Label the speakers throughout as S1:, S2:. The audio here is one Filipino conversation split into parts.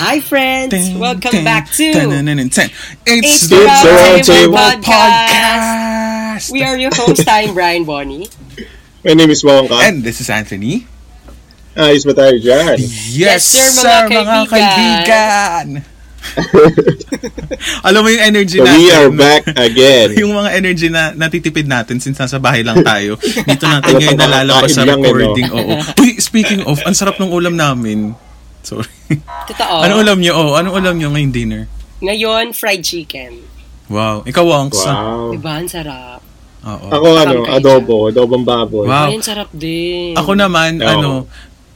S1: Hi, friends. Welcome back to
S2: It's
S1: It's
S2: the
S1: the
S2: Roundtable
S1: Round Table
S2: Podcast.
S1: Podcast.
S2: We
S1: We are your host. I'm Brian Bonnie.
S3: My name is Bawang Ka. Ah,
S2: And this is Anthony.
S3: Ayos ba tayo dyan?
S2: Yes,
S1: sir, mga
S2: sir,
S1: kaibigan.
S2: kaibigan. Alam mo yung energy
S3: So
S2: natin.
S3: we are back again.
S2: Yung mga energy na natitipid natin since nasa bahay lang tayo. Dito natin ngayon
S3: Walang
S2: nalalabas sa
S3: kakain lang eh, no?
S2: recording. Oo. Uy, speaking of, ang sarap ng ulam namin. Sorry.
S1: Totoo.
S2: Ano ulam nyo? Oh, ano ulam nyo ngayong dinner?
S1: Ngayon, fried chicken.
S2: Wow. Ikaw, Wongs. ah.
S3: Wow.
S1: Diba? Ang sarap.
S2: Oo.
S3: Ako ano,
S1: Parang kayo
S3: adobo, adobong baboy.
S2: Wow.
S1: Ay, ang sarap din.
S2: Ah. Ako naman,
S3: Oo.
S2: ano,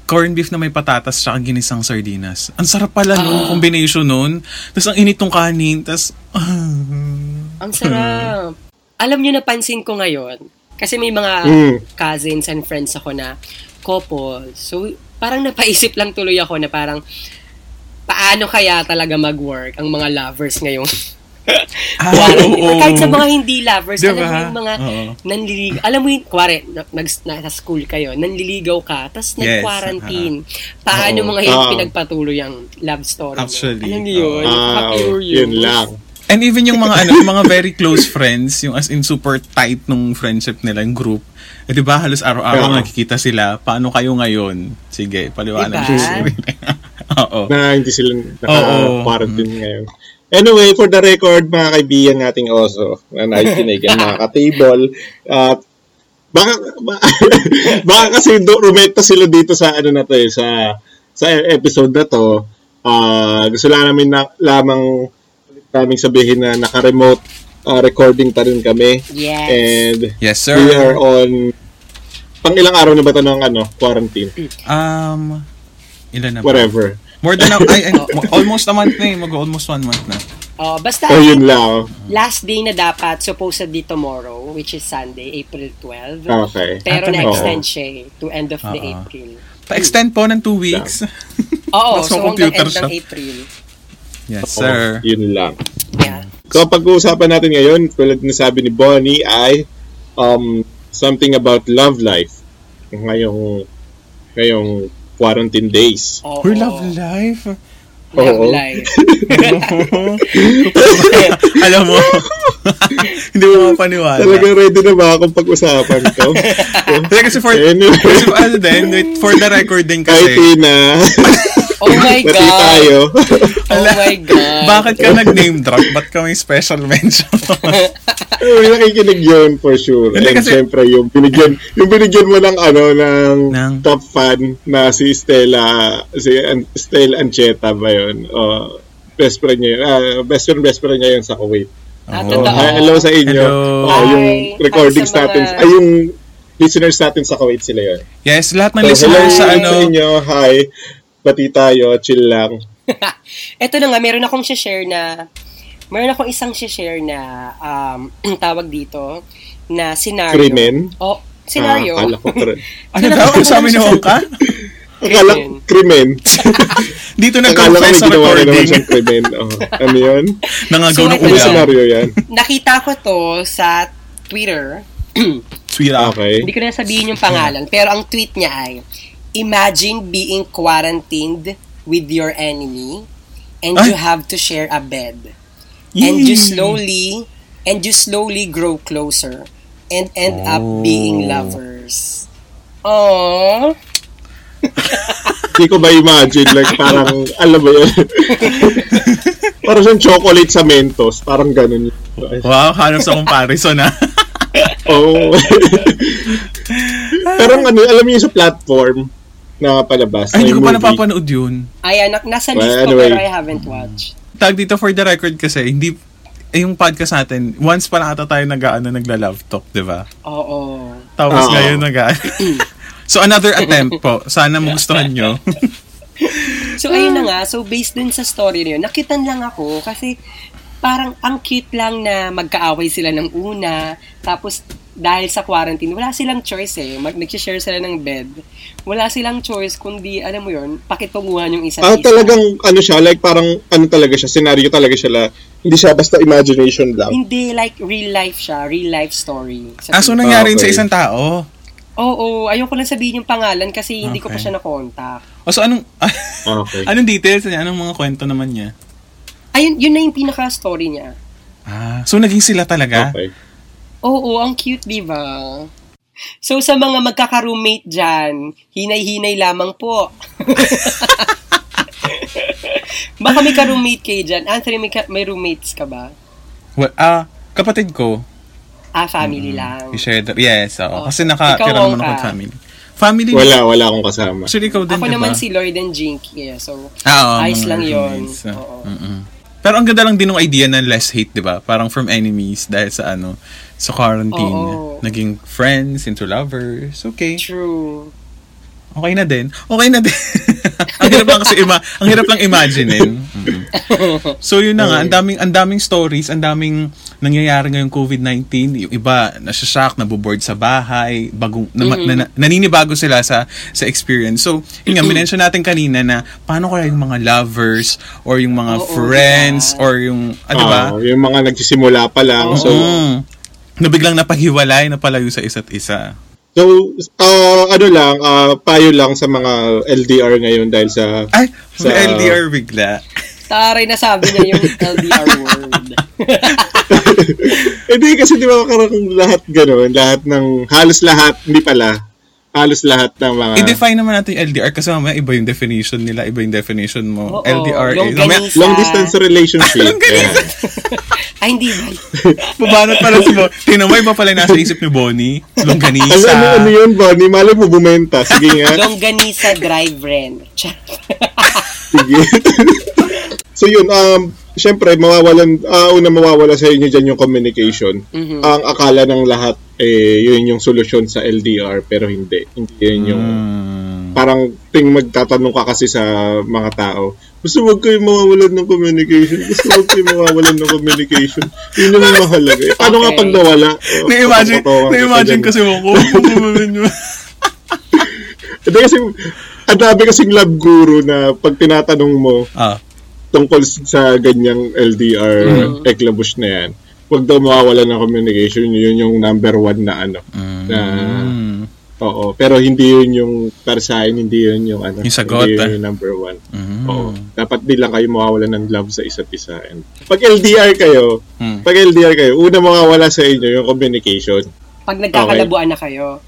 S2: corned beef na may patatas tsaka ginisang sardinas. Ang sarap
S1: Ah.
S2: pala nung combination nun. Tapos ang init ng kanin. ah. Tapos,
S1: Ang sarap. Alam nyo, napansin ko ngayon. Kasi may mga
S3: Mm.
S1: cousins and friends ako na couple. So, parang napaisip lang tuloy ako na parang paano kaya talaga mag-work ang mga lovers ngayon.
S2: ah,
S1: Kuwari,
S2: oo, oo.
S1: kahit sa mga hindi lovers, alam mo
S2: Diba?
S1: yung mga
S2: Oo.
S1: nanliligaw. Alam mo yung, kuwari, na- nag, nasa school kayo, nanliligaw ka, tapos
S2: Yes, uh-huh.
S1: nag-quarantine. Paano
S2: Oo.
S1: mga hindi
S3: Ah.
S1: pinagpatuloy ang love story
S2: Actually,
S1: mo? Alam niyo yun?
S3: Wow.
S1: Nakaka-curious.
S3: Ah, oh, Yun lang.
S2: And even yung mga ano, yung mga very close friends, yung as in super tight nung friendship nila, yung group. Eh, di ba, halos araw-araw
S3: Oo.
S2: nakikita sila. Paano kayo ngayon? Sige, paliwanag
S1: Diba?
S2: niyo sa sarili. Oo.
S3: Na hindi sila
S2: Oo.
S3: naka-quarantine ngayon. Anyway, for the record, mga kaibigan nating oso na nakikinig at nakaka-table, at baka, ba- baka kasi do, rumekta sila dito sa ano na to eh, sa, sa episode na to. Ah, gusto lang namin na, lamang naming sabihin na naka-remote ah, recording pa rin kami.
S1: Yes.
S3: And
S2: Yes, sir.
S3: we are on pang ilang araw na ba ito ng ano, quarantine?
S2: Um, ilan na ba?
S3: Whatever.
S2: More than a, ay, ay, almost a month na eh. Mag-almost one month na.
S1: Oh, basta,
S3: O yun lang.
S1: last day na dapat, supposedly tomorrow, which is Sunday, April 12.
S3: Okay.
S1: Pero
S2: Ah, talaga?
S1: na-extend siya eh, to end of the
S2: Oo.
S1: April.
S2: Pa-extend po ng two weeks.
S1: Oo,
S2: Ah, Mas
S1: so hanggang
S2: ma-computer
S1: end ng
S2: siya.
S1: April.
S2: Yes,
S3: Oo,
S2: sir.
S3: Yun lang.
S1: Yeah.
S3: So, ang pag-uusapan natin ngayon, tulad na sabi ni Bonnie, ay um, something about love life. Ngayong, ngayong quarantine days.
S1: Oo.
S2: Her love life.
S1: Love
S3: Oo.
S1: life.
S2: Alam mo, hindi mo mapaniwala.
S3: Talaga ready na ba akong pag-usapan to?
S2: Hindi, kasi for,
S3: Anyway.
S2: kasi for, ano din, wait, for the record din
S3: Kahit
S2: kasi,
S3: na,
S1: Oh my
S3: pati
S1: God.
S3: tayo.
S1: Oh my God.
S2: bakit ka nag-name drop? Ba't ka may special mention?
S3: May nakikinig yun for sure.
S2: Hindi,
S3: And
S2: kasi-
S3: syempre, yung binigyan, yung binigyan mo ng, ano, ng,
S2: Ng-
S3: top fan na si Stella, si An- Stella Ancheta ba yun? O, best friend niya yun. Ah, best friend, best friend niya yun sa Kuwait.
S1: Ah,
S2: Oo.
S1: totoo.
S3: Hi, hello sa inyo.
S2: Hello.
S3: Oo, yung
S1: Hi. Hi
S3: recordings
S1: sa mga-
S3: natin, ay yung listeners natin sa Kuwait sila yun.
S2: Yes, lahat ng
S3: So, hello
S2: listeners sa
S3: sa
S2: ano,
S3: inyo. Hi. Pati tayo, chill lang.
S1: Ito na nga, meron akong share na, meron akong isang share na, um, tawag dito, na scenario.
S3: Krimen?
S1: Oh, scenario.
S3: Ah, akala ko, kri-
S2: ano daw ang sabi ni Hongka?
S3: akala,
S1: Krimen.
S3: krimen.
S2: Dito
S3: Akala ko
S2: nag-confess
S3: may
S2: sa
S3: ginawa na naman
S2: recording.
S3: siyang krimen. Oo. Ano yun?
S2: Nangagaw
S1: So, ito
S2: ng
S3: Ano
S1: na.
S2: ulam.
S3: scenario yan?
S1: Nakita ko to sa Twitter.
S2: Swira.
S3: Okay.
S1: Hindi ko na sabihin yung pangalan, pero ang tweet niya ay, Imagine being quarantined with your enemy and
S2: Ay.
S1: you have to share a bed. and you slowly and you slowly grow closer and end up being
S2: Oh.
S1: lovers. Oh,
S3: Hindi ko ma-imagine, like, parang, alam mo yun. parang siyang chocolate sa Mentos. Parang ganun yun.
S2: Wow, hanap sa comparison ah.
S3: Oo. Pero ang ano, alam niyo yung sa platform na palabas.
S2: Ay, hindi
S3: na
S2: ko
S3: yung
S2: pa
S3: movie.
S2: napapanood yun.
S1: ay anak nasa list
S3: Well,
S1: ko
S3: anyway.
S1: pero I haven't watched.
S2: tag dito for the record kasi hindi eh, yung podcast natin, once pa lang ata tayo nag ano, nagla-love talk, di ba?
S1: Oo.
S2: Tapos
S3: Oo.
S2: ngayon nag So another attempt po. Sana magustuhan nyo.
S1: So ayun na nga, so based dun sa story na yun, nakitan lang ako kasi parang ang cute lang na magkaaway sila ng una, tapos dahil sa quarantine, wala silang choice eh. Mag nag-share sila ng bed. Wala silang choice kundi, alam mo yun, pakitunguhan yung isa't
S3: Ah,
S1: isa.
S3: talagang ano siya, like parang ano talaga siya, scenario talaga siya. la- hindi siya basta imagination lang.
S1: Hindi, like, real life siya. Real life story. Sa
S2: Oh. ah, so
S1: Pilipinas.
S2: nangyari yun sa
S3: Okay.
S2: isang tao.
S1: Oo, ayoko lang sabihin yung pangalan kasi hindi ko pa
S2: Okay.
S1: siya na-contact.
S2: O Ah, so anong,
S3: Okay.
S2: anong details niya? Anong mga kwento naman niya?
S1: Ayun, yun na yung pinaka-story niya.
S2: Ah, so naging sila talaga?
S3: Okay.
S1: Oo, ang cute, di ba? So, sa mga magkaka-roommate dyan, hinay-hinay lamang po. Baka may ka-roommate kayo dyan. Anthony, may, ka- may roommates ka ba?
S2: Well, ah, kapatid ko.
S1: Ah, family lang.
S2: We shared, yes,
S1: Oh,
S2: oo. Kasi nakatira
S1: ikaw,
S2: naman ako
S1: Wongka.
S2: ng family. Family
S3: Wala, wala akong kasama.
S2: Actually, ikaw din,
S1: Ako
S2: di ba?
S1: naman si Lloyd and Jinky. eh. So,
S2: Ah, oo,
S1: Ayos
S2: mga
S1: lang yun.
S2: roommates, ah.
S1: Oo.
S2: Mm-mm. Pero ang ganda lang din ng idea ng less hate, di ba? Parang from enemies dahil sa ano, sa quarantine.
S1: Oo.
S2: Naging friends into lovers. Okay.
S1: true.
S2: Okay na din. Okay na din. ang hirap lang kasi ima- ang hirap lang imaginein. Mm. So yun na nga, ang daming ang daming stories, ang daming nangyayari ngayong COVID-19. Yung iba nasashock, naboboard sa bahay, bagong na, na- naninibago sila sa sa experience. So, yun nga minention natin kanina na paano kaya yung mga lovers or yung mga
S1: Oo,
S2: friends
S1: diba?
S2: or yung ah, di ba?
S3: Ah, yung mga nagsisimula pa lang. So,
S2: Mm. na biglang napaghiwalay, napalayo sa isa't isa.
S3: So, ah, ano lang, ah, payo lang sa mga LDR ngayon dahil sa...
S2: Ay,
S3: Sa-
S2: may LDR bigla.
S1: Taray na sabi niya yung LDR word.
S3: Hindi, kasi di ba karang lahat gano'n, lahat ng, halos lahat, hindi pala, halos lahat ng mga...
S2: I-define naman natin yung LDR kasi mamaya iba yung definition nila, iba yung definition
S1: Oo,
S2: mo. LDR is... eh. Mamaya,
S1: longganisa.
S3: Long distance relationship.
S2: Ang galing.
S3: Ayan.
S1: Ay, hindi ba?
S2: bubanat pala si Bonnie. Tingnan mo, iba pala yung nasa isip ni Bonnie.
S3: Ano,
S2: Longganisa.
S3: ano, ano yun, Bonnie? Malay mo bumenta. Sige nga.
S1: Longganisa Drive Ren.
S3: Sige. so yun, um, syempre, mawawalan, ah, una mawawala sa inyo dyan yung communication.
S1: Mhm.
S3: Ang akala ng lahat, eh, yun yung solusyon sa LDR, pero hindi. Hindi yun yung
S2: Hmm.
S3: parang ting magtatanong ka kasi sa mga tao. Gusto huwag kayo mawawalan ng communication. Gusto huwag kayo mawawalan ng communication. Yun yung mahalaga. Eh, paano nga
S1: Okay.
S3: pag nawala? Oh,
S2: Na-imagine,
S3: patatawa ka
S2: na-imagine
S3: sa ganun.
S2: kasi Ano mo ko.
S3: Hindi Eh, kasi, ang dami kasing lab guru na pag tinatanong mo
S2: ah,
S3: tungkol sa ganyang LDR eklambush na yan, huwag daw mawawalan ng communication. Yun yung number one na ano.
S2: mm,
S3: Na, oo. Pero hindi yun yung, para sa akin, hindi yun yung ano.
S2: Yung sagot,
S3: Hindi yun
S2: ah.
S3: yung number one.
S2: mm,
S3: Oo. Dapat di lang kayo mawawalan ng love sa isa't isa. And pag LDR kayo,
S2: mm.
S3: pag LDR kayo, una mawawala sa inyo yung communication.
S2: Oh.
S1: Pag nagkakalabuan na kayo.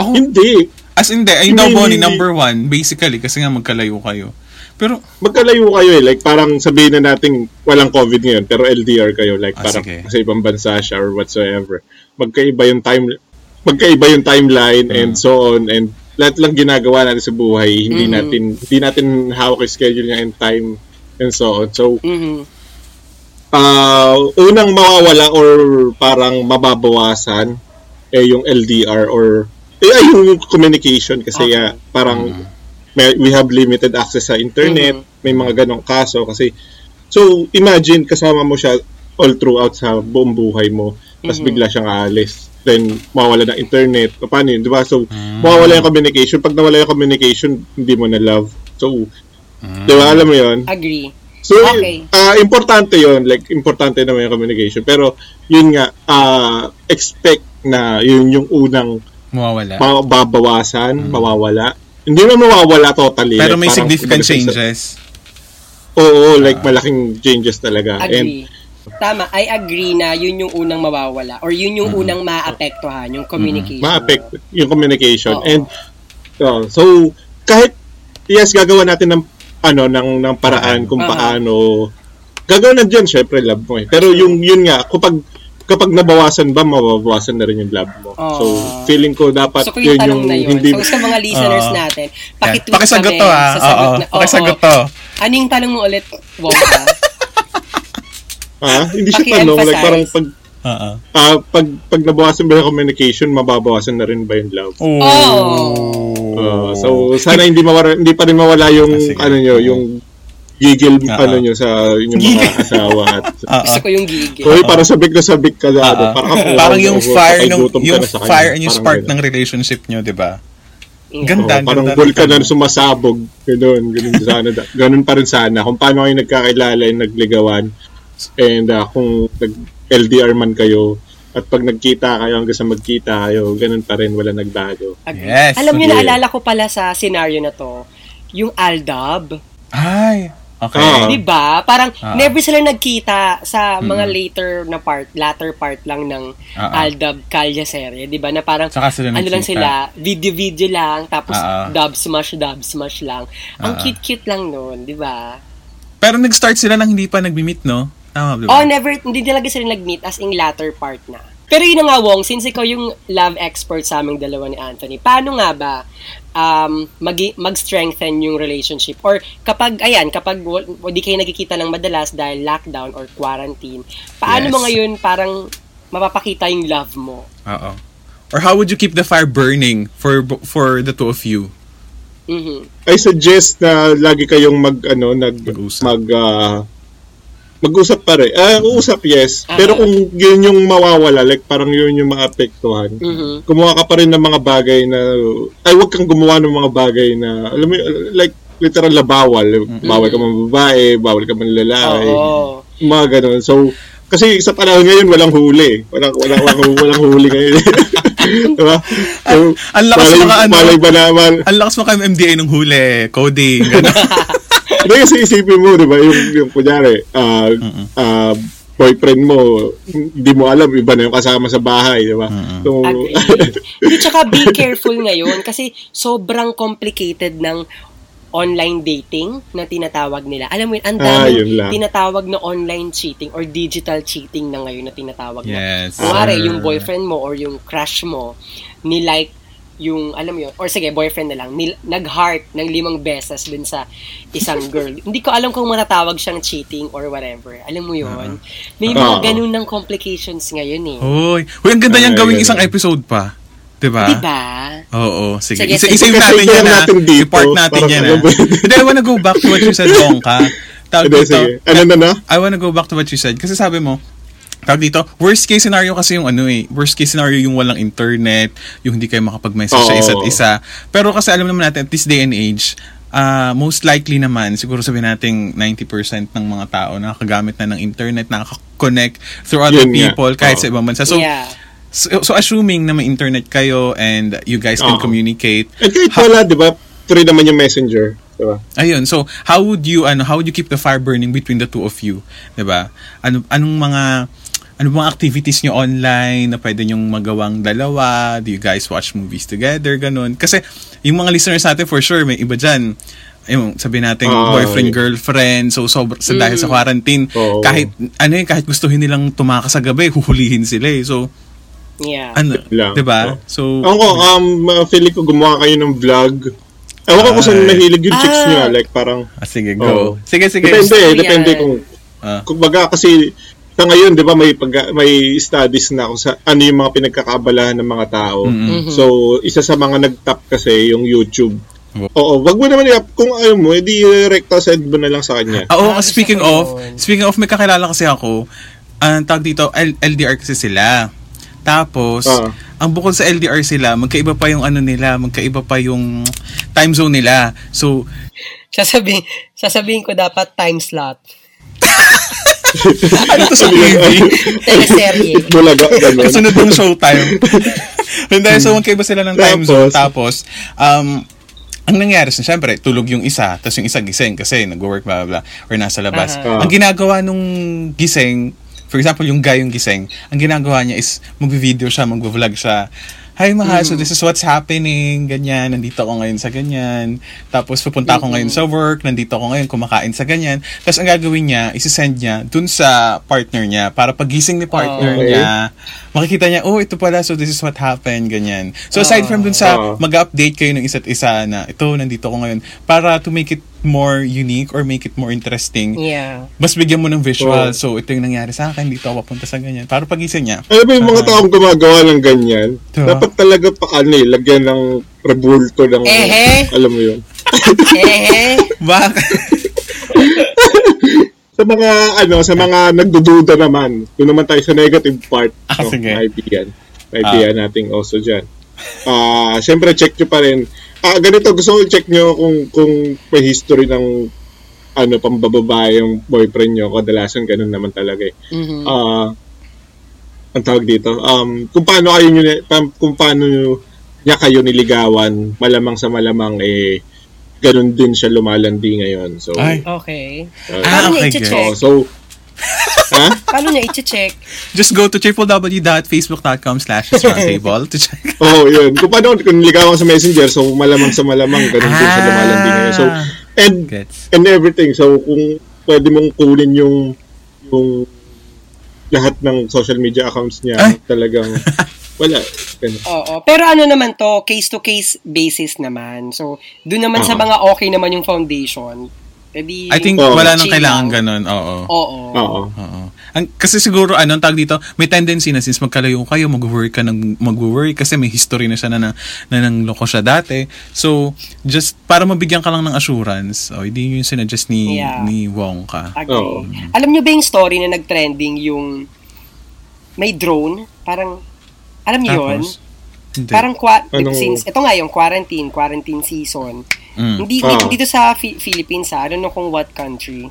S2: Ako,
S3: Hindi.
S2: as in, de, ayun daw,
S3: Hindi,
S2: Bonnie,
S3: hindi.
S2: number one, basically, kasi nga magkalayo kayo. Pero,
S3: Magkalayo kayo eh. Like parang sabihin na nating walang COVID ngayon, pero LDR kayo. Like
S2: Ah,
S3: parang
S2: sige.
S3: sa ibang bansa siya or whatsoever. Magkaiba yung time magkaiba yung timeline and
S2: Mm.
S3: so on and lahat lang ginagawa natin sa buhay hindi
S1: Mhm.
S3: natin hindi natin hawak yung schedule niya and time and so on so
S1: Mhm.
S3: ah unang mawawala or parang mababawasan eh yung LDR or eh ay, yung communication kasi
S1: Okay.
S3: ah, parang may- we have limited access sa internet, may mga ganong kaso kasi so imagine kasama mo siya all throughout sa buong buhay mo tapos
S1: Mhm.
S3: bigla siyang aalis then mawawala ng internet o paano yun di ba so mawawala yung communication pag nawala yung communication hindi mo na love so di ba alam mo yun
S1: Agree.
S3: So,
S1: Okay.
S3: ah, importante yon Like, importante naman yung communication. Pero, yun nga, ah, expect na yun yung unang
S2: mawawala.
S3: ma- babawasan, mawawala. Hindi na mawawala totally.
S2: Mm. Pero
S3: Like,
S2: may
S3: parang
S2: significant eh. Ah.
S3: kumbaga sa-
S2: changes.
S3: Oo, like, malaking changes talaga.
S1: Agree.
S3: And,
S1: Tama, I agree na yun yung unang mawawala or yun yung unang maapektuhan, yung communication.
S3: ma-affect yung
S1: Oo.
S3: communication. And, oh, so, kahit, yes, gagawa natin ng, ano, ng, ng paraan kung
S1: Ah.
S3: paano, gagawa na dyan, syempre, love mo eh. Pero yung, yun nga, kapag, kapag nabawasan ba, mababawasan na rin yung love mo.
S1: Oo.
S3: So, feeling ko dapat,
S1: Gusto ko yung tanong na yun.
S3: hindi,
S1: So, sa mga listeners
S2: Oo.
S1: natin,
S2: Yan.
S1: pakitweet
S2: Pakisagot
S1: kami
S2: to, ah.
S1: sa
S2: Oo,
S1: sagot eh, na- oo.
S2: pakisagot to.
S1: Ano yung tanong mo ulit, Wongka?
S3: ha? Ah, Hindi siya tanong, like,
S1: Paki-emphasize.
S3: parang pag,
S2: Oo.
S3: ah, pag, pag nabawasan ba yung communication, mababawasan na rin ba yung love?
S2: Oh.
S3: Ah, so sana hindi mawala hindi pa rin mawala yung
S2: Ah, sige.
S3: ano nyo, yung gigil
S2: Ah,
S3: ano nyo sa inyong mga asawa at
S1: Gusto ko yung gigil.
S3: Hoy, para sabik na sabik ka na. ano,
S2: Ah,
S3: Parang,
S2: ah. parang yung fire nung yung fire and yung spark ng relationship nyo, 'di ba?
S1: Mm.
S2: Gan- Ganda,
S3: parang
S2: ganda,
S3: vulkan
S2: ganda.
S3: na sumasabog. Ganun, ganun sana. da- ganun pa rin sana. Kung paano kayo nagkakilala and nagligawan and ah, kung nag LDR man kayo, At pag nagkita kayo hanggang sa magkita kayo, ganun pa rin, wala nagbago.
S1: Agree.
S2: Yes.
S1: Alam niyo,
S3: Yeah.
S1: naalala ko pala sa scenario na to, yung Aldab.
S2: Ay. Okay.
S3: Ah.
S1: Di ba? Parang
S2: Ah. Hmm.
S1: never sila nagkita sa mga later na part, latter part lang ng
S2: Ah, ah.
S1: Aldab Kalya serye, di ba? Na parang
S2: Saka sila
S1: ano lang
S2: nagkita.
S1: sila, video-video lang, tapos
S2: Ah, ah.
S1: dub smash, dub smash lang. Ang cute-cute lang nun, di ba?
S2: Pero nag-start sila nang hindi pa nag-meet, no? Tama, di
S1: Oh,
S2: ba?
S1: never, hindi talaga sila nag-meet as in latter part na. Pero yun na nga, Wong, since ikaw yung love expert sa aming dalawa ni Anthony, paano nga ba um, magi- mag-strengthen yung relationship? Or kapag, ayan, kapag wa- hindi kayo nagkikita ng madalas dahil lockdown or quarantine, paano mo
S2: Yes.
S1: ngayon parang mapapakita yung love mo?
S2: Oo. Or how would you keep the fire burning for for the two of you?
S1: Mhm.
S3: I suggest na lagi kayong mag, ano, nag,
S2: Mag-usap. Mm-hmm.
S3: mag, ah, mag-usap pa rin. Ah, uusap, yes.
S1: Ah.
S3: Pero kung yun yung mawawala, like parang yun yung maapektuhan,
S1: Mhm.
S3: gumawa ka pa rin ng mga bagay na, ay, huwag kang gumawa ng mga bagay na, alam mo, yun, like, literal na bawal.
S2: Mm-hmm.
S3: Bawal ka man babae, bawal ka man lalaki.
S1: Oo.
S3: Mga ganun. So, kasi sa panahon ngayon, walang huli. Walang, walang, walang, walang huli ngayon. diba? So,
S2: Ang lakas
S3: malay-
S2: mga ano.
S3: Malay ba naman?
S2: Ang lakas mo kay MDA nung huli, coding, gano'n.
S3: Hindi kasi isipin mo, diba, yung, yung kunyari, ah, ah, boyfriend mo, hindi mo alam, iba na yung kasama sa bahay, diba? So,
S1: Agree. Hindi, tsaka be careful ngayon kasi sobrang complicated ng online dating na tinatawag nila. Alam mo yun, ang
S3: Ah,
S1: daming
S3: yun lang.
S1: tinatawag na online cheating or digital cheating na ngayon na tinatawag
S2: Yes,
S1: na. Kuwari,
S3: Ah.
S2: sir.
S1: yung boyfriend mo or yung crush mo, nilike yung, alam mo yun, or sige, boyfriend na lang, nil- nag-heart ng limang beses dun sa isang girl. Hindi ko alam kung matatawag siyang cheating or whatever. Alam mo yun? May mga
S3: Ah.
S1: ganun ng complications ngayon eh.
S2: Hoy. Hoy, ang ganda niyang
S3: Ay,
S2: gawing
S3: ganun.
S2: isang episode pa. Diba?
S1: Diba?
S2: Oo, sige.
S1: Sige,
S2: Isa,
S1: sige.
S2: isave
S3: Kasi
S2: natin
S3: kaya
S2: yan na.
S3: natin dito,
S2: Report natin
S3: parang
S2: yan
S3: ano
S2: na.
S3: ba?
S2: Hindi, I wanna go back to what you said, Bongka. Tawag
S3: Hindi,
S2: dito,
S3: sige. Ano na na?
S2: I wanna go back to what you said. Kasi sabi mo, tawag dito, worst case scenario kasi yung ano eh, worst case scenario yung walang internet, yung hindi kayo makapag-message sa
S3: Oo.
S2: isa't isa. Pero kasi alam naman natin, at this day and age, ah, most likely naman, siguro sabihin natin 90% ng mga tao nakakagamit na ng internet, nakaka-connect through other
S3: Yun nga.
S2: people kahit
S3: Oo.
S2: sa ibang bansa. So,
S1: yeah.
S2: so, so assuming na may internet kayo and you guys can
S3: Oo.
S2: communicate,
S3: At kahit wala, diba, free naman yung messenger, diba?
S2: Ayun, so how would you ano how would you keep the fire burning between the two of you, 'di ba? Ano anong mga ano mga activities nyo online na pwede nyong magawang dalawa? Do you guys watch movies together? Ganun. Kasi yung mga listeners natin for sure may iba diyan. Yung sabi natin
S3: Ah,
S2: boyfriend
S3: yeah. Mm.
S2: girlfriend so sobra sa dahil sa quarantine
S3: Oo.
S2: kahit ano yun, kahit gustuhin nilang tumakas sa gabi huhulihin sila eh. So
S1: Yeah.
S2: ano,
S3: Lang.
S2: 'di ba?
S3: Oo.
S2: So
S3: Ako ko, um, uh, feeling ko gumawa kayo ng vlog. Ewan ko kung saan
S2: Ay.
S3: mahilig yung chicks
S1: Ah.
S3: niya. Like, parang,
S2: ah, sige go.
S3: Oo.
S2: Sige sige.
S3: depende eh.
S1: Yan.
S3: Depende kung,
S2: Ah.
S3: kung baga, kasi sa ngayon, di ba, may, pag, may studies na kung sa, ano yung mga pinagkakaabalahan ng mga tao.
S2: Mhm.
S3: So, isa sa mga nag-top kasi yung YouTube.
S2: Wow.
S3: Oo, wag mo naman i-up. Kung ayaw mo, edi recta send mo na lang sa kanya.
S2: Ah, Oo,
S1: Grabe
S2: speaking
S1: siya
S2: of,
S1: ngayon.
S2: speaking of, may kakilala kasi ako, ang tawag dito, L- LDR kasi sila. Tapos,
S3: Ah.
S2: ang bukod sa LDR sila, magkaiba pa yung ano nila, magkaiba pa yung time zone nila. So,
S1: Sasabihin, sasabihin ko dapat time slot.
S2: ano to sa TV?
S1: Teleserye.
S3: Bulaga, ganun.
S2: Sunod yung showtime. Hindi, so magkaiba sila ng time zone. Tapos, um, ang nangyari, so, syempre, tulog yung isa, tapos yung isa gising kasi nag-work, blah, blah, blah, or nasa labas.
S3: Aha.
S2: Ang ginagawa nung gising, for example, yung guy yung gising, ang ginagawa niya is mag-video siya, mag-vlog siya. Hi, mahal, so this is what's happening, ganyan, nandito ako ngayon sa ganyan. Tapos pupunta ako ngayon sa work, nandito ako ngayon, kumakain sa ganyan. Tapos ang gagawin niya, isi-send niya dun sa partner niya para pagising ni partner
S3: Okay.
S2: niya, makikita niya, oh, ito pala, so this is what happened, ganyan. So aside from dun sa
S3: Oo.
S2: mag-update kayo ng isa't isa na, ito, nandito ko ngayon, para to make it more unique or make it more interesting,
S1: Yeah.
S2: mas bigyan mo ng visual.
S3: Oo.
S2: So, ito yung nangyari sa akin, dito ako papunta sa ganyan. Para pagising niya,
S3: Alam mo yung mga
S2: Ah.
S3: taong gumagawa ng ganyan,
S2: Diba?
S3: dapat talaga pa ano eh, lagyan ng rebulto ng,
S1: Ehe.
S3: alam mo yun.
S1: Eh,
S2: bak
S3: Sa mga, ano, sa mga nagdududa naman, doon naman tayo sa negative part
S2: Ah,
S3: ng
S2: sige.
S3: kaibigan. Kaibigan nating also dyan. Ah, syempre check nyo pa rin. Ah, ganito, gusto ko check nyo kung, kung may history ng ano,
S1: Hmm. Mm-hmm.
S3: pambababae yung boyfriend nyo. Kadalasan ganun naman talaga eh.
S1: mhm.
S3: Ah, ang tawag dito, um, kung paano kayo nyo, pa- kung paano niya kayo niligawan, malamang sa malamang, eh, ganun din siya lumalandi ngayon. So,
S2: Ay.
S1: Okay.
S2: Ah,
S3: uh,
S1: Paano niya
S2: okay,
S1: i-check?
S3: oh, so, ha?
S1: Paano niya i-check?
S2: Just go to www.facebook.com slash roundtable to check.
S3: Oo, oh, yun. Kung paano, kung niligawan sa messenger, so malamang sa malamang, ganun din siya
S2: Ah.
S3: lumalandi ngayon. So, and,
S2: Gets.
S3: and everything. So, kung pwede mong kunin yung, yung lahat ng social media accounts niya,
S2: Ay.
S3: talagang, wala. Ganun.
S1: Oo. Pero ano naman to, case-to-case basis naman. So, doon naman sa
S3: Oo.
S1: mga okay naman yung foundation. Edi,
S2: I think
S3: Oo.
S2: wala nang
S1: chill
S2: kailangan
S1: out.
S2: ganun. Oo.
S1: Oo.
S3: Oo.
S2: Oo. Ang, kasi siguro, ano, ang tawag dito, may tendency na since magkalayo kayo, mag-worry ka ng mag-worry kasi may history na siya na, na, na nang loko siya dati. So, just para mabigyan ka lang ng assurance, o, hindi yun yung sinadjust ni,
S1: Yeah.
S2: ni Wong ka.
S1: Agree.
S3: Oo.
S1: Alam nyo ba yung story na nag-trending yung may drone? Parang, alam nyo yun?
S2: Tapos, hindi.
S1: Parang, qua-
S3: Anong-
S1: since, ito nga yung quarantine, quarantine season.
S2: Mm.
S1: Hindi,
S3: Ah.
S1: hindi dito sa Fi- Philippines ha, I don't know kung what country.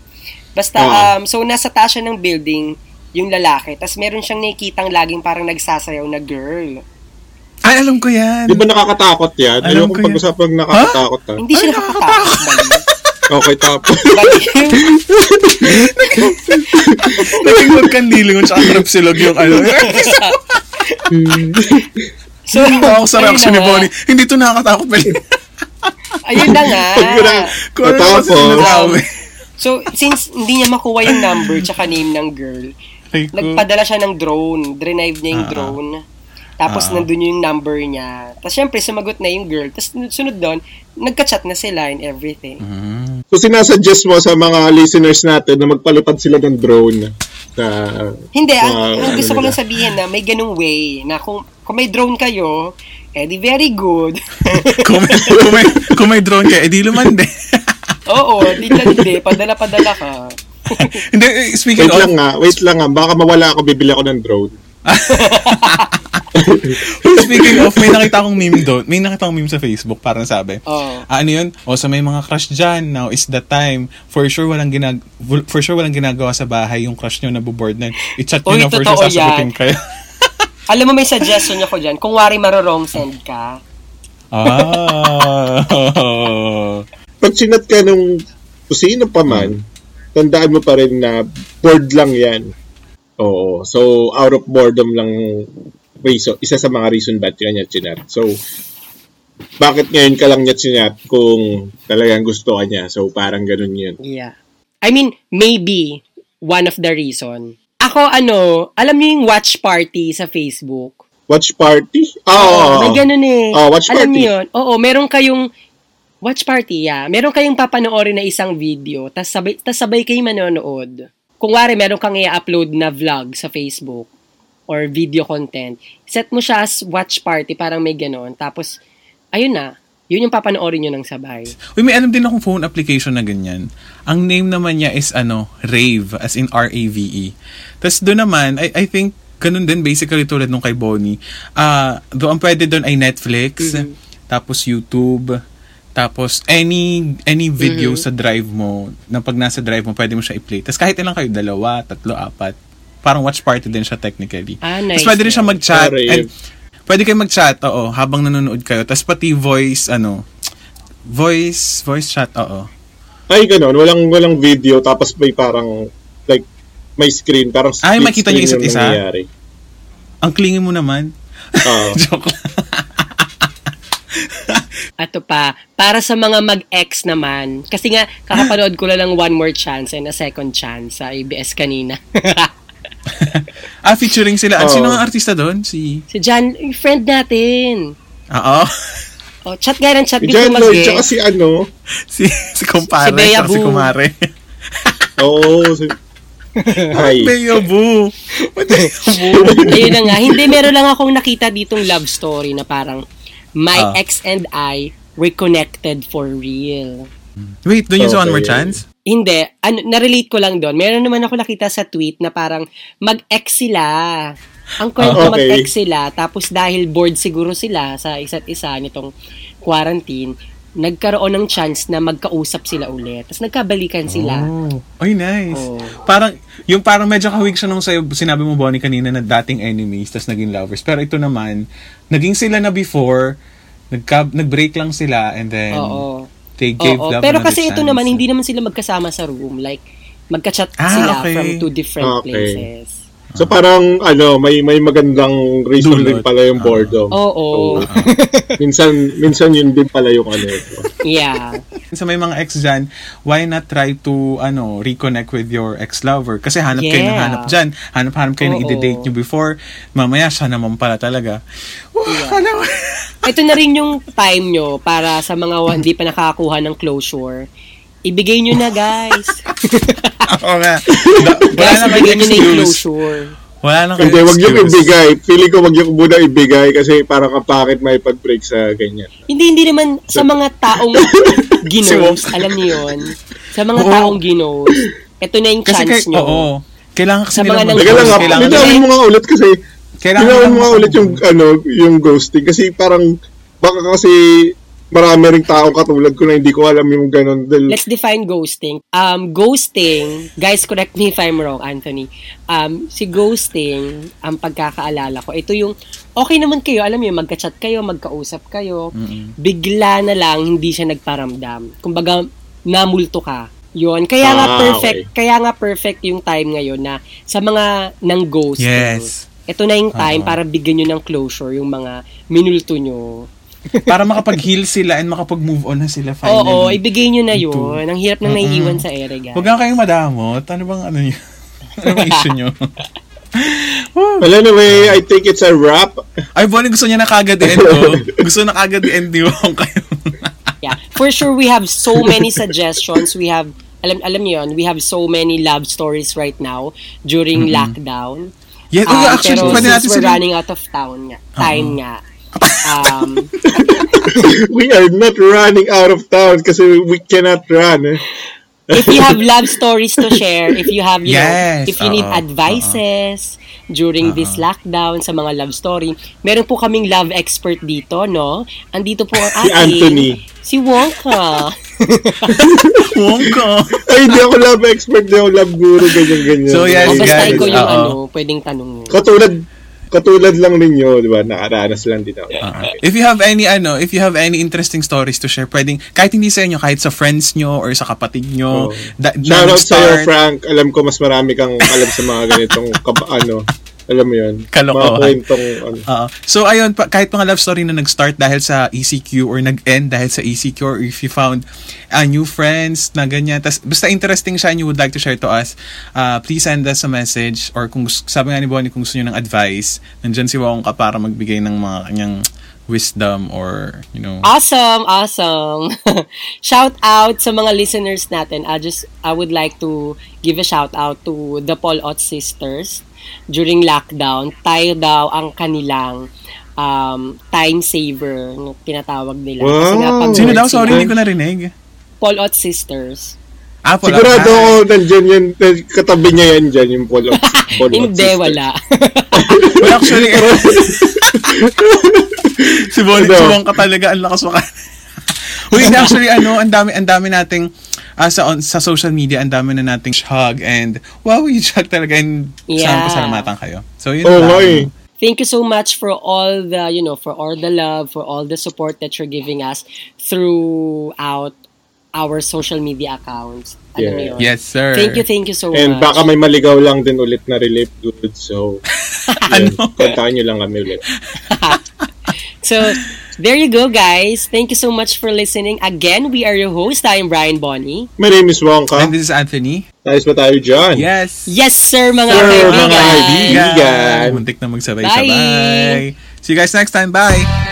S1: Basta,
S3: Ah.
S1: um, so nasa taas siya ng building, yung lalaki, tapos meron siyang nakikitang laging parang nagsasayaw na girl.
S2: Ay, alam ko yan.
S3: Di ba nakakatakot yan?
S2: Ano? Alam
S3: Ayoko
S2: ko yan.
S3: pag-usapang nakakatakot. Ha?
S1: Hindi siya nakakatakot. bali.
S3: Okay, tapos.
S1: Bali.
S2: Naging huwag kandilingon tsaka trapsilog yung ano.
S1: so,
S2: Ako sa
S1: ayun
S2: reaction
S1: na
S2: ni
S1: nga.
S2: Bonnie, hindi to nakakatakot pala.
S1: Ayun na nga.
S3: Pag na,
S2: Kung ano
S3: Tapos,
S2: kasi sinasabi.
S1: So, since hindi niya makuha yung number tsaka name ng girl,
S2: Ay, ko.
S1: nagpadala siya ng drone. Drenive niya yung
S2: Ah.
S1: drone. Tapos,
S2: Ah.
S1: nandun yung number niya. Tapos, syempre, sumagot na yung girl. Tapos, sunod doon, nagka-chat na sila and everything.
S2: Mm.
S3: so sinasuggest mo sa mga listeners natin na magpalipad sila ng drone na
S1: Hindi, ang, ang
S3: Ah, ano
S1: gusto ko
S3: nila?
S1: lang sabihin na may ganung way na kung, kung may drone kayo, eh di very good.
S2: kung, may, kung, may, kung may drone ka, edi lumande.
S1: Oo, di lang hindi. Padala-padala ka.
S2: Hindi, eh, speaking
S3: wait
S2: of,
S3: lang nga, wait lang nga, baka mawala ako, bibili ako ng drone.
S2: speaking of, may nakita akong meme doon. May nakita akong meme sa Facebook, parang sabi.
S1: Oo.
S2: Ah, ano yun? O sa may mga crush dyan, now is the time. For sure, walang ginag for sure walang ginagawa sa bahay yung crush nyo na board na. yun. I-chat nyo
S1: Uy,
S2: na for sure
S1: totoo yan.
S2: sasagutin kayo.
S1: Alam mo, may suggestion ako dyan. Kung wari marorong send ka,
S2: Ah.
S3: Pag sinat ka nung kung sino pa man, tandaan mo pa rin na bored lang yan. Oo. So, out of boredom lang reason, isa sa mga reason ba't ka niya chinat. So, bakit ngayon ka lang niya chinat kung talagang gusto ka niya? So, parang ganun yun.
S1: Yeah. I mean, maybe one of the reason. Ako ano, alam niyo yung watch party sa Facebook?
S3: Watch party? Ah, Oo.
S1: may ganun eh.
S3: Oh, watch
S1: alam
S3: party.
S1: niyo yun? Oo, meron kayong watch party, yeah. Meron kayong papanoorin na isang video, tas sabay, tas sabay kayo manonood. Kung wari, meron kang i-upload na vlog sa Facebook or video content, set mo siya as watch party, parang may ganun. Tapos, ayun na, yun yung papanoorin nyo ng sabay.
S2: Uy, may alam din akong phone application na ganyan. Ang name naman niya is ano, Rave, as in R-A-V-E. Tapos E. doon naman, I, I think, ganun din basically tulad nung kay Bonnie. ah though ang pwede doon ay Netflix,
S1: Mm-hmm.
S2: tapos YouTube, tapos any any video
S1: Mm-hmm.
S2: sa drive mo, na pag nasa drive mo, pwede mo siya i-play. Tapos kahit ilang kayo, dalawa, tatlo, apat. Parang watch party din siya technically.
S1: Ah,
S2: Tapos
S1: nice.
S2: pwede rin siya mag-chat.
S3: Sorry.
S2: And, pwede kayo mag-chat, oo, habang nanonood kayo. Tapos pati voice, ano, voice, voice chat, oo.
S3: Ay, ganun. Walang, walang video, tapos may parang, like, may screen. Parang
S2: Ay,
S3: split
S2: makita niyo isa't
S3: screen yung
S2: isa?
S3: nangyayari.
S2: Ang clingy mo naman.
S3: Oo.
S2: Joke lang.
S1: Ato pa, para sa mga mag-ex naman, kasi nga kakapanood ko lang ng One More Chance and a Second Chance sa ABS kanina.
S2: Ah, featuring sila. At
S3: Oo.
S2: sino ang artista doon? Si...
S1: si John, yung friend natin.
S2: Oo.
S1: O, Oh, chat nga ng chat
S3: Si
S1: dito
S3: John Lloyd,
S1: mag-ex.
S3: tsaka si ano.
S2: si, si
S1: Si
S2: kumpare.
S1: Bea
S2: tsaka Si
S1: Boo.
S2: kumare.
S3: Oo. si... Ay.
S2: Bea Boo. What the
S1: Ayun na nga, hindi, meron lang akong nakita ditong love story na parang my
S2: Ah.
S1: ex and I were connected for real.
S2: Wait, doon yung sa One More
S3: Okay.
S2: Chance?
S1: Hindi, ano, narelate ko lang doon. Meron naman ako nakita sa tweet na parang mag-ex sila. Ang kwento
S3: Ah, okay.
S1: mag-ex sila, tapos dahil bored siguro sila sa isa't isa nitong quarantine, nagkaroon ng chance na magkausap sila ulit. Tapos nagkabalikan sila.
S2: Oh. Ay, nice.
S1: Oo.
S2: Parang, yung parang medyo kahawig siya nung sayo, sinabi mo, Bonnie, kanina na dating enemies, tas naging lovers. Pero ito naman, naging sila na before, nagka, nag-break lang sila, and
S3: Oh.
S2: then,
S1: Oo.
S2: they gave
S1: Oo.
S2: love
S1: Pero
S2: another
S1: kasi ito
S2: chance.
S1: naman, hindi naman sila magkasama sa room. Like, magka-chat
S2: Ah,
S1: sila
S2: okay.
S1: from two different
S3: Okay.
S1: places.
S3: So parang ano, may may magandang reason
S2: Dulot.
S3: din pala yung boredom.
S1: Oo.
S3: So,
S2: ah.
S3: minsan minsan yun din pala yung ano.
S1: Yeah.
S2: Sa may mga ex dyan, why not try to, ano, reconnect with your ex-lover? Kasi hanap kayo ng
S1: Yeah.
S2: hanap dyan. Hanap-hanap kayo ng
S1: Oo.
S2: i-date nyo before. Mamaya, siya naman pala talaga. Oh,
S1: Diba?
S2: alam-
S1: ito na rin yung time nyo para sa mga wa- hindi pa nakakakuha ng closure. Ibigay nyo na, guys.
S2: Oo nga. Wala
S1: guys,
S2: na kayong
S1: ibigay nyo na yung
S2: excuse.
S1: closure.
S2: Wala na kayong
S3: Hindi, wag yung
S2: excuse.
S3: ibigay. Feeling ko wag yung muna ibigay kasi parang kapakit may pag-break sa ganyan.
S1: Hindi, hindi naman sa mga taong ginos, alam niyo yun. Sa mga
S2: Oo.
S1: taong ginos, ito na yung
S2: Kasi kay,
S1: chance nyo.
S2: oo. Kailangan kasi
S1: Sa
S2: nila
S1: mga
S2: mag-
S1: nang-
S3: Teka lang nga,
S2: kailangan
S1: nila-
S3: linawin mo nga ulit kasi
S2: kailangan
S3: linawin mo
S2: nila
S3: nga
S2: mag-
S3: ulit yung ano, yung ghosting kasi parang baka kasi marami ring tao katulad ko na hindi ko alam yung ganun dahil
S1: Let's define ghosting. Um, ghosting, guys, correct me if I'm wrong, Anthony. Um, si ghosting, ang pagkakaalala ko, ito yung, okay naman kayo, alam niyo, magka-chat kayo, magkausap kayo, bigla na lang, hindi siya nagparamdam. Kumbaga, namulto ka. Yun. Kaya nga
S3: Ah,
S1: perfect, kaya nga perfect yung time ngayon na sa mga nang ghosting.
S2: Yes.
S1: Ito na yung time
S2: Ah.
S1: para bigyan nyo ng closure yung mga minulto nyo.
S2: para makapag-heal sila and makapag-move on na sila finally.
S1: Oo, eh, ibigay nyo na
S2: Ito.
S1: yun. Ang hirap nang
S2: Mm-mm.
S1: naiiwan sa ere, guys.
S2: Huwag nga kayong madamot. Ano bang ano niyo? ano bang issue niyo?
S3: Well, anyway, I think it's a wrap.
S2: Ay, Bonnie, gusto niya na kagad i-end to. Gusto na kagad i-end ni Wong kayo.
S1: Yeah. For sure, we have so many suggestions. We have, alam, alam niyo yun, we have so many love stories right now during lockdown.
S2: Yes,
S1: Um,
S2: oh, actually,
S1: pero
S2: pwede
S1: since
S2: natin
S1: we're
S2: sila.
S1: running out of town nga, time nga. Um,
S3: We are not running out of town kasi we cannot run. Eh.
S1: if you have love stories to share, if you have, you know,
S2: Yes,
S1: if you need
S2: oo,
S1: advices during this lockdown sa mga love story, meron po kaming love expert dito, no? Andito po ang
S3: Si
S1: ating-
S3: Anthony.
S1: Si Wonka.
S2: Wong ko.
S3: Ay, hindi ako love expert, hindi ako love guru, ganyan-ganyan.
S2: So, yes,
S1: O, basta
S2: guys,
S1: ikaw yung
S2: oo.
S1: ano, pwedeng tanong
S3: Katulad, katulad lang ninyo, di ba? Nakaranas lang din ako.
S2: If you have any ano, if you have any interesting stories to share, pwedeng kahit hindi sa inyo, kahit sa friends nyo or sa kapatid nyo,
S3: Oo.
S2: da-
S3: Shout out
S2: nag-start-
S3: sa'yo, Frank. Alam ko, mas marami kang alam sa mga ganitong, kap- ano, alam mo yun.
S2: Kalokohan.
S3: Mga kwentong, ano.
S2: Oo. Ah, so ayun, pa, kahit mga love story na nag-start dahil sa ECQ or nag-end dahil sa ECQ or if you found uh, new friends na ganyan, tas, basta interesting siya and you would like to share to us, uh, please send us a message or kung gus- sabi nga ni Bonnie kung gusto nyo ng advice, nandyan si Wong ka para magbigay ng mga kanyang wisdom or, you know.
S3: Ah,
S1: Awesome, awesome. shout out sa mga listeners natin. I just I would like to give a shout out to the Paul Ott sisters during lockdown. Tayo daw ang kanilang um, time saver na tinatawag nila. Kasi nga
S3: Wow.
S1: pag-
S2: Sino daw? Sorry, hindi ko narinig.
S1: Paul Ott sisters.
S2: Ah, pala.
S3: Sigurado ako, nandyan yan, eh, katabi niya yan dyan, yung Paul of, Paul of
S1: Hindi,
S3: Sisters.
S1: wala.
S2: Well, actually, si Bonnie
S3: Ano?
S2: Chubong ka talaga, ang lakas maka. Wait, actually, ano, ang dami, ang dami nating, ah, sa, on, sa social media, ang dami na nating hug and, wow, you hug talaga and
S1: Yeah.
S2: yeah. pasalamatan kayo. So, yun
S3: Oo,
S2: lang.
S3: nga eh.
S1: Thank you so much for all the, you know, for all the love, for all the support that you're giving us throughout our social media accounts. Alam
S3: Yeah.
S1: niyo yun?
S2: Yes, sir.
S1: Thank you, thank you so
S3: And
S1: much.
S3: baka may maligaw lang din ulit na relief good. So, yun,
S2: Ano?
S3: kontakin nyo lang kami ulit.
S1: So, there you go, guys. Thank you so much for listening. Again, we are your host. I am Brian Bonnie.
S3: My name is Wongka.
S2: And this is Anthony.
S3: Nice ba tayo dyan?
S2: Yes.
S1: Yes, sir, mga
S3: Sir, mga
S1: kaibigan.
S3: kaibigan.
S2: Muntik na magsabay-sabay. See you guys next time. Bye.